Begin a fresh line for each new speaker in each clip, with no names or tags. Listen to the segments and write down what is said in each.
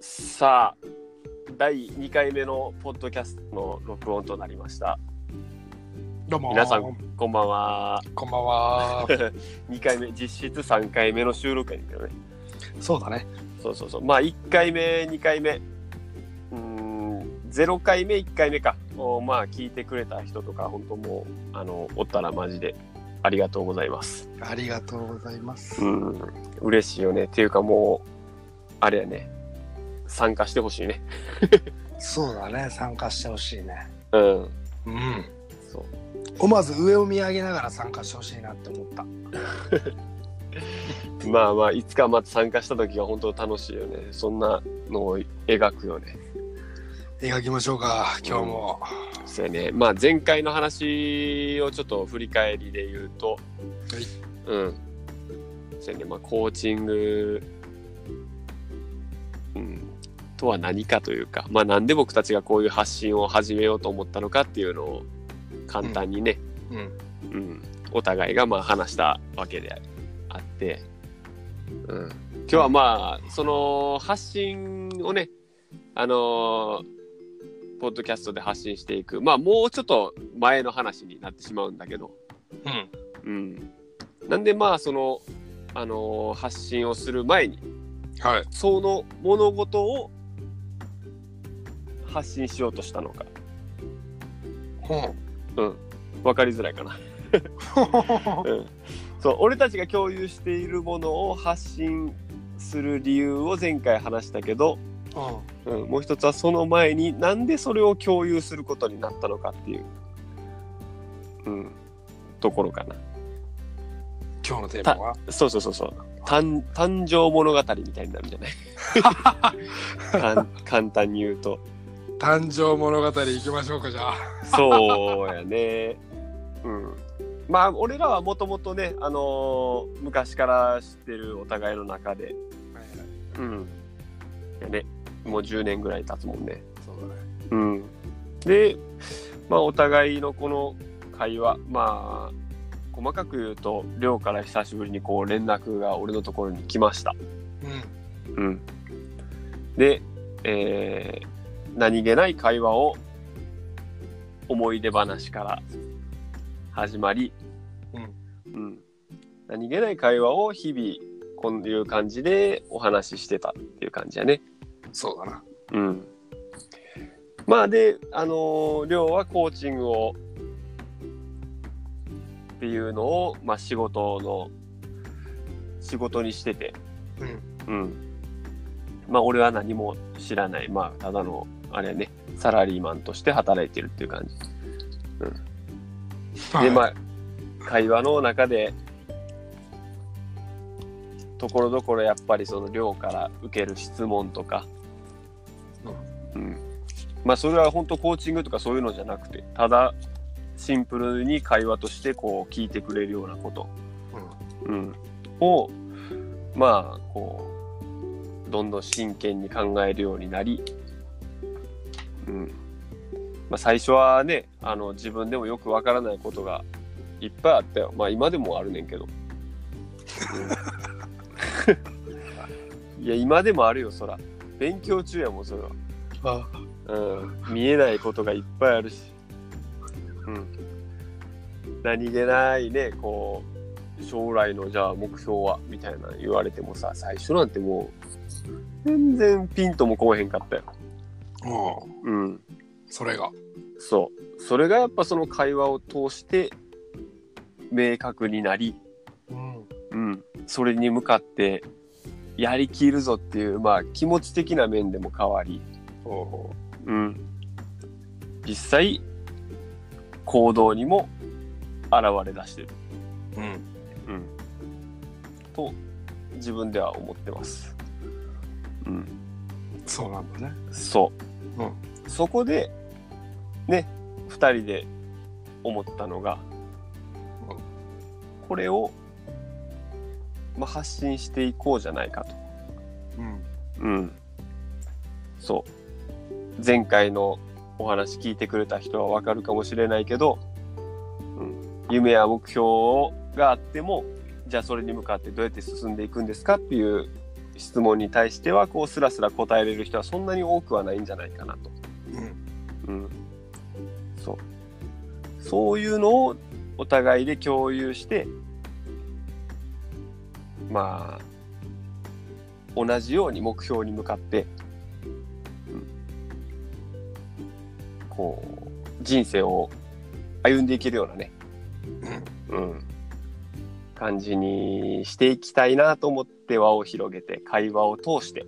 さあ第2回目のポッドキャストの録音となりました
どうも
皆さんこんばんは
こんばんは
2回目実質3回目の収録やねんけどね
そうだね
そうそうそうまあ1回目2回目うーん0回目1回目かをまあ聞いてくれた人とか本当もうあのおったらマジでありがとうございます
ありがとうございます、
うん嬉しいよねっていうかもうあれやね参加してほしいね
そうだね参加してほしいね
うん
うん
そう
思わず上を見上げながら参加してほしいなって思った
まあまあいつかまた参加した時が本当楽しいよねそんなのを描くよね
描きましょうか今日も、
そうやねまあ前回の話をちょっと振り返りで言うと
はい
うんそうやねまあコーチングうんとは何かというかまあなんで僕たちがこういう発信を始めようと思ったのかっていうのを簡単にね、
うん
うん、お互いがまあ話したわけであって、うん、今日はまあその発信をねあのーポッドキャストで発信していくまあもうちょっと前の話になってしまうんだけど、
うん
うん、なんでまあその、あのー発信をする前に
はい
その物事を発信しようとしたのか、
ほん
うん、分かりづらいかな。うんそう俺たちが共有しているものを発信する理由を前回話したけど、
うん
うん、もう一つはその前になんでそれを共有することになったのかっていう、うん、ところかな
今日のテーマは
そうそうそうそう誕誕生物語みたいになるんじゃないかん簡単に言うと
誕生物語行きましょうかじゃあ
そうやねうんまあ俺らはもともとね、あのー昔から知ってるお互いの中でうん。やね。もう10年ぐらい経つもんね。
そうだね
うん。で、まあ、お互いのこの会話、まあ、細かく言うと、寮から久しぶりにこう連絡が俺のところに来ました。
うん
うん。で、えー何気ない会話を思い出話から始まり、うん。何気ない会話を日々、こういう感じでお話ししてたっていう感じやね。
そうだな
うん、まあであのー亮はコーチングをっていうのを、まあ、仕事の仕事にしてて、
うん
うん、まあ俺は何も知らないまあただのあれやねサラリーマンとして働いてるっていう感じでま
あ
あ会話の中でところどころやっぱりその寮から受ける質問とか、うんまあそれは本当コーチングとかそういうのじゃなくてただシンプルに会話としてこう聞いてくれるようなこと、うん、をまあこうどんどん真剣に考えるようになり、うんまあ、最初はねあの自分でもよくわからないことがいっぱいあったよまあ今でもあるねんけど、うん いや今でもあるよそら勉強中やもんそれは
あ
うん、見えないことがいっぱいあるし、うん、何気ないねこう将来のじゃあ目標はみたいなの言われてもさ最初なんてもう全然ピンともこうへんかったよ。
もう
うん、
それが
そうそれがやっぱその会話を通して明確になり、
うん
うん、それに向かってやりきるぞっていう、まあ、気持ち的な面でも変わり、
おう
うん、実際行動にも現れ出してる、
うん
うん、と自分では思ってます、うん、
そうなんだね
そう、
うん
そこでね2人で思ったのが
うん
これを、まあ、発信していこうじゃないかと。
うん
うん。そう。前回のお話聞いてくれた人はわかるかもしれないけど、うん、夢や目標があっても、じゃあそれに向かってどうやって進んでいくんですかっていう質問に対してはこうスラスラ答えれる人はそんなに多くはないんじゃないかなと、
うん
うん、そうそういうのをお互いで共有してまあ同じように目標に向かって、うんこう人生を歩んでいけるようなね、うん、感じにしていきたいなと思って輪を広げて会話を通して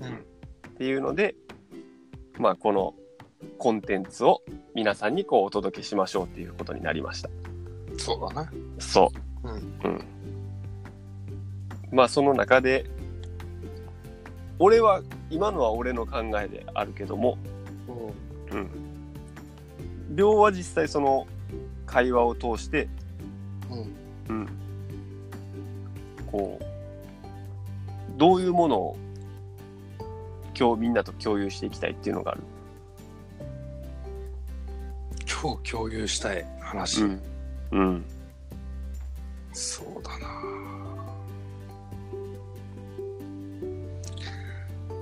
うん
っていうので、まあ、このコンテンツを皆さんにこうお届けしましょうっていうことになりました。
そうだな
そうう。うん。まあその中で、俺は、今のは俺の考えであるけども、
う
うん。両は実際その会話を通して、
んうん
うん。こう、どういうものを今日みんなと共有していきたいっていうのがある。
今日共有したい話、
ん。うん。
そうだな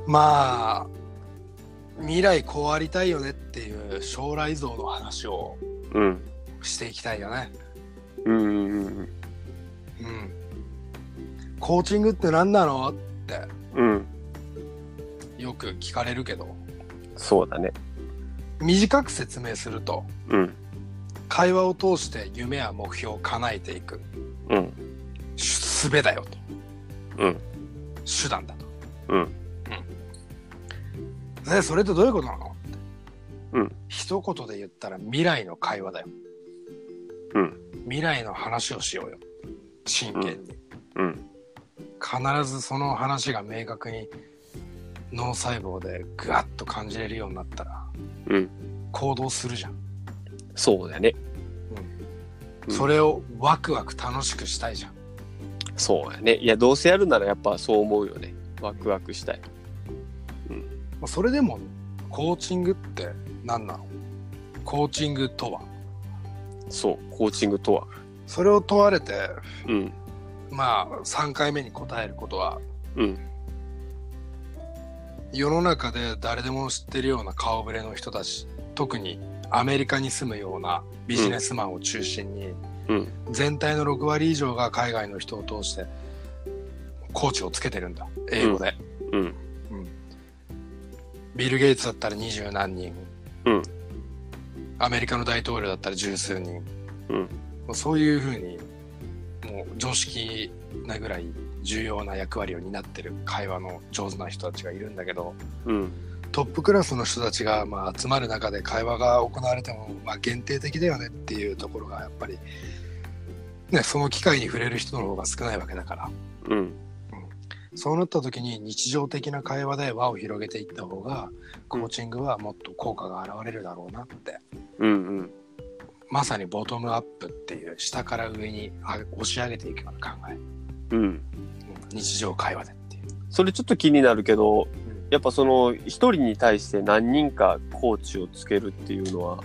まあ未来こうありたいよねっていう将来像の話を
うん。
していきたいよね
うんうん
うんコーチングって何なのって
うんうん
よく聞かれるけど
そうだね
短く説明すると
うん
会話を通して夢や目標を叶えていく
うん
術だよと
うん
手段だと
うん
ねそれってどういうことなの
うん
一言で言ったら未来の会話だよ
うん
未来の話をしようよ真剣に、
うん
必ずその話が明確に脳細胞でグワッと感じれるようになったら
うん
行動するじゃん、
そうだねうん
それをワクワク楽しくしたいじゃん
そうだねいやどうせやるならやっぱそう思うよねワクワクしたい
まあそれでもコーチングって何なのコーチングとは
そうコーチングとは
それを問われて
うん
まあ3回目に答えることは
うん
世の中で誰でも知ってるような顔ぶれの人たち特にアメリカに住むようなビジネスマンを中心
う
に、
ん
全体の6割以上が海外の人を通してコーチをつけてるんだ英語で、
うん
ビル・ゲイツだったら二十何人、
うん
アメリカの大統領だったら十数人、
うん
もうそういうふうにもう常識なぐらい重要な役割を担ってる会話の上手な人たちがいるんだけど、
うん
トップクラスの人たちがまあ集まる中で会話が行われてもまあ限定的だよねっていうところがやっぱり、ね、その機会に触れる人の方が少ないわけだか
う
ら
ん
そうなった時に日常的な会話で輪を広げていった方がコーチングはもっと効果が現れるだろうなって
うんうん
まさにボトムアップっていう下から上にあ押し上げていくような考え
うん
うん日常会話でっていう。
それちょっと気になるけど
うん
やっぱその一人に対して何人かコーチをつけるっていうのは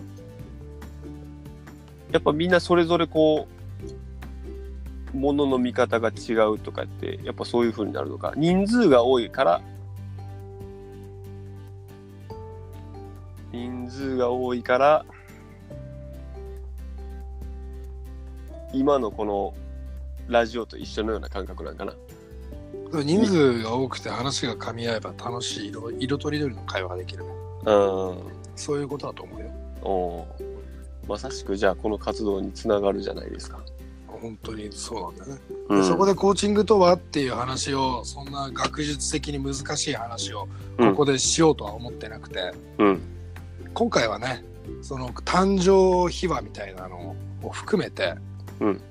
やっぱみんなそれぞれこうものの見方が違うとかってやっぱそういう風になるのか人数が多いから人数が多いから今のこのラジオと一緒のような感覚なんかな
人数が多くて話が噛み合えば楽しい色色とりどりの会話ができるね
うん
そういうことだと思うよ
おーまさしくじゃあこの活動につながるじゃないですか。
本当にそうなんだよね、
う
そこでコーチングとはっていう話をそんな学術的に難しい話をここでしようとは思ってなくて、
うん
今回はねその誕生秘話みたいなのを含めて、
うん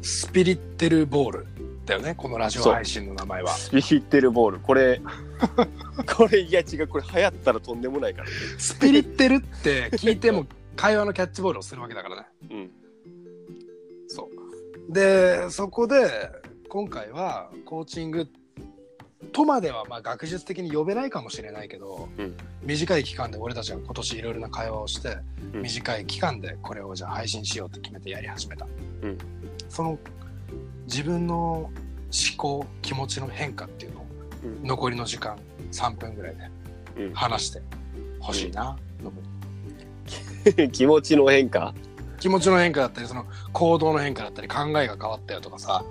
スピリッテルボールだよねこのラジオ
そう
配信の名前は
スピリッテルボールこれ これいや違うこれ流行ったらとんでもないから、ね
スピリッテルって聞いても会話のキャッチボールをするわけだからね
うん、
そうでそこで今回はコーチングとまではまあ学術的に呼べないかもしれないけど、
うん
短い期間で俺たちが今年いろいろな会話をして、
うん
短い期間でこれをじゃあ配信しようって決めてやり始めた、
うん
その自分の思考気持ちの変化っていうのを
うん
残りの時間3分ぐらいで
うん
話してほしいな、
気持ちの変化
気持ちの変化だったりその行動の変化だったり考えが変わったよとかさ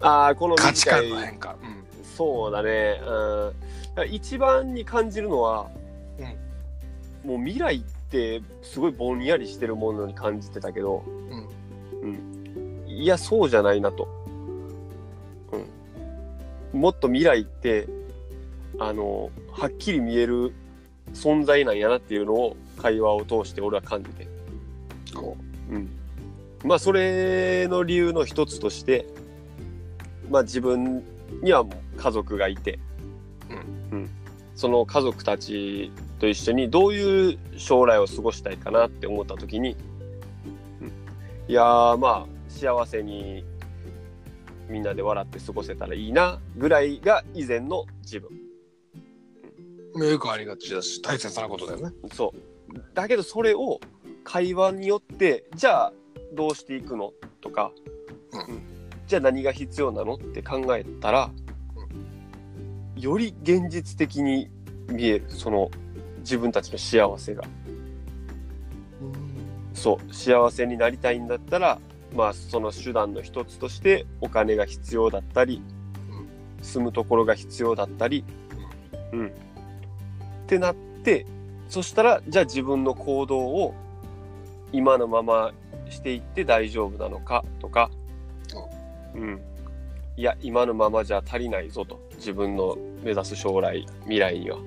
ああこの
価値
短い
観の変化、うん
そうだねうんだから一番に感じるのは、もう未来ってすごいぼんやりしてるものに感じてたけど
うん
いやそうじゃないなと、うん、もっと未来ってあのはっきり見える存在なんやなっていうのを会話を通して俺は感じて
こ
うん、まあそれの理由の一つとして、まあ、自分にはもう家族がいて、うんその家族たちと一緒にどういう将来を過ごしたいかなって思った時に、うんいやーまあ幸せにみんなで笑って過ごせたらいいなぐらいが以前の自分。
うよくありがちだし大切なことだよね
そうだけどそれを会話によってじゃあどうしていくのとか、
う
じゃあ何が必要なのって考えたら、より現実的に見えるその自分たちの幸せがそう幸せになりたいんだったらまあその手段の一つとしてお金が必要だったり、
うん
住むところが必要だったり、うんってなってそしたらじゃあ自分の行動を今のまましていって大丈夫なのかとか、うん、いや今のままじゃ足りないぞと自分の目指す将来未来には、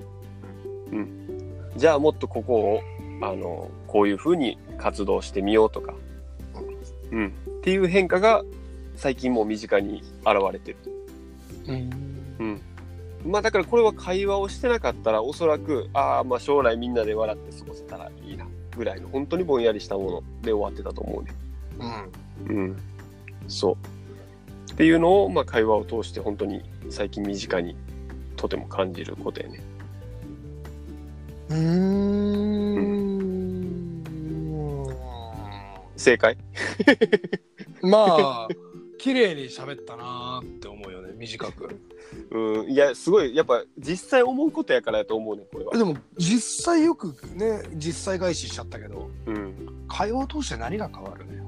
うん、じゃあもっとここをあのこういうふうに活動してみようとか、うん、っていう変化が最近もう身近に現れてる、
うん
うん、まあだからこれは会話をしてなかったらおそらくああまあ将来みんなで笑って過ごせたらいいなぐらいの本当にぼんやりしたもので終わってたと思うね
うん
うんそうっていうのを、まあ、会話を通して本当に最近身近にとても感じることやね
うーん
正解
まあ綺麗に喋ったなーって思うよね短く
うんいやすごいやっぱ実際思うことやからやと思うねこれは
でも実際よくね実際返ししちゃったけど
うん
会話を通して何が変わるのよ、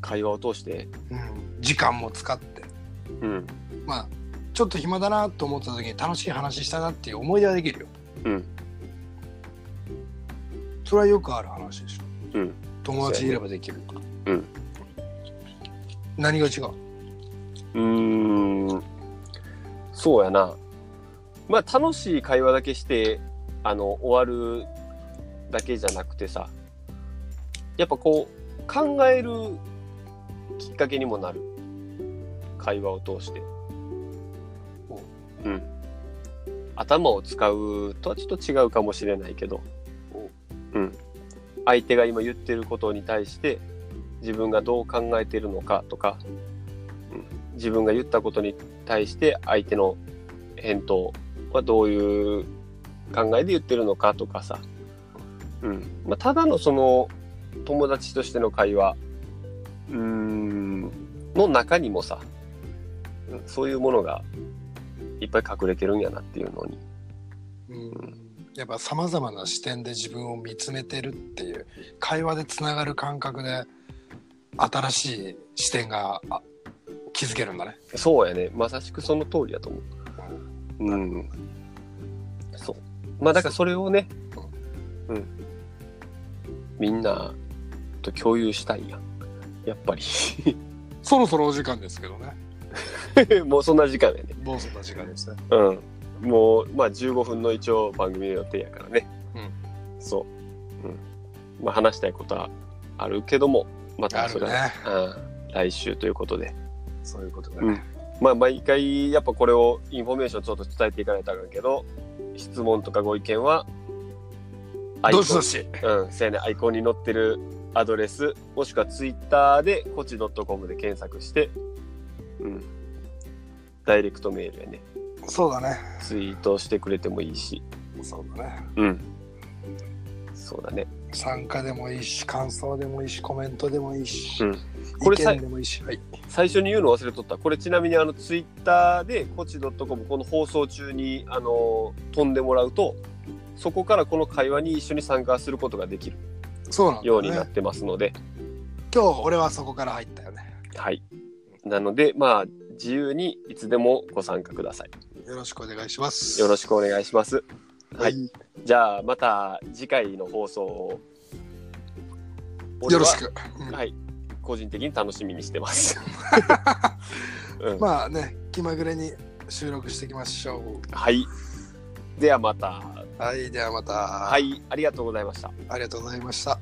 会話を通して
うん、時間も使って
うん
まあちょっと暇だなと思った時に楽しい話したなっていう思い出はできるよ
うん
それはよくある話でしょ
うん
友達いればできるとか
うん
何が違う
うーんそうやなまあ楽しい会話だけしてあの終わるだけじゃなくてさやっぱこう考えるきっかけにもなる会話を通して
お
うん頭を使うとはちょっと違うかもしれないけどうん相手が今言ってることに対して自分がどう考えてるのかとか自分が言ったことに対して相手の返答はどういう考えで言ってるのかとかさ、うんまあ、ただのその友達としての会話うーんの中にもさうんそういうものがいっぱい隠れてるんやなっていうのに、
うんやっぱさまざまな視点で自分を見つめてるっていう会話でつながる感覚で新しい視点があ気づけるんだね。
そうやねまさしくその通りだと思う。うん、そうまあだからそれをね、うん、みんなと共有したいやんやっぱり
そろそろお時間ですけどね。
もうそんな時間やね
どうぞな時間ですね。
うんもうまあ15分の一応番組の予定やからね、そう、うん、まあ話したいことはあるけどもま
あ
たそ
る
れは、
ね。
うん来週ということで
そういうことだ
うん
ね。
まあ毎回やっぱこれをインフォメーションちょっと伝えていかないとあかんけど質問とかご意見は
どうしどし。
うん、そうやねアイコンに載ってるアドレスもしくはツイッターでこち .com で検索して、うん、ダイレクトメールやね
そうだね。
ツイートしてくれてもいいし
そうだね。
うんそうだね
参加でもいいし感想でもいいしコメントでもいいし、
うんこれ
意
さ
見でもいいし、はい、
最初に言うの忘れとったこれちなみにあのツイッターでコチドットコムこの放送中にあの飛んでもらうとそこからこの会話に一緒に参加することができる
そうなんだ、ね、
ようになってますので、
今日俺はそこから入ったよね
はいなのでまあ自由にいつでもご参加ください
よろしくお願いします
よろしくお願いします
は
はいい、じゃあまた次回の放送を
よろしく、うん
はい個人的に楽しみにして ます、うん
まあね気まぐれに収録していきましょ
はいではまた
うはいではまた
はいありがとうございました
ありがとうございました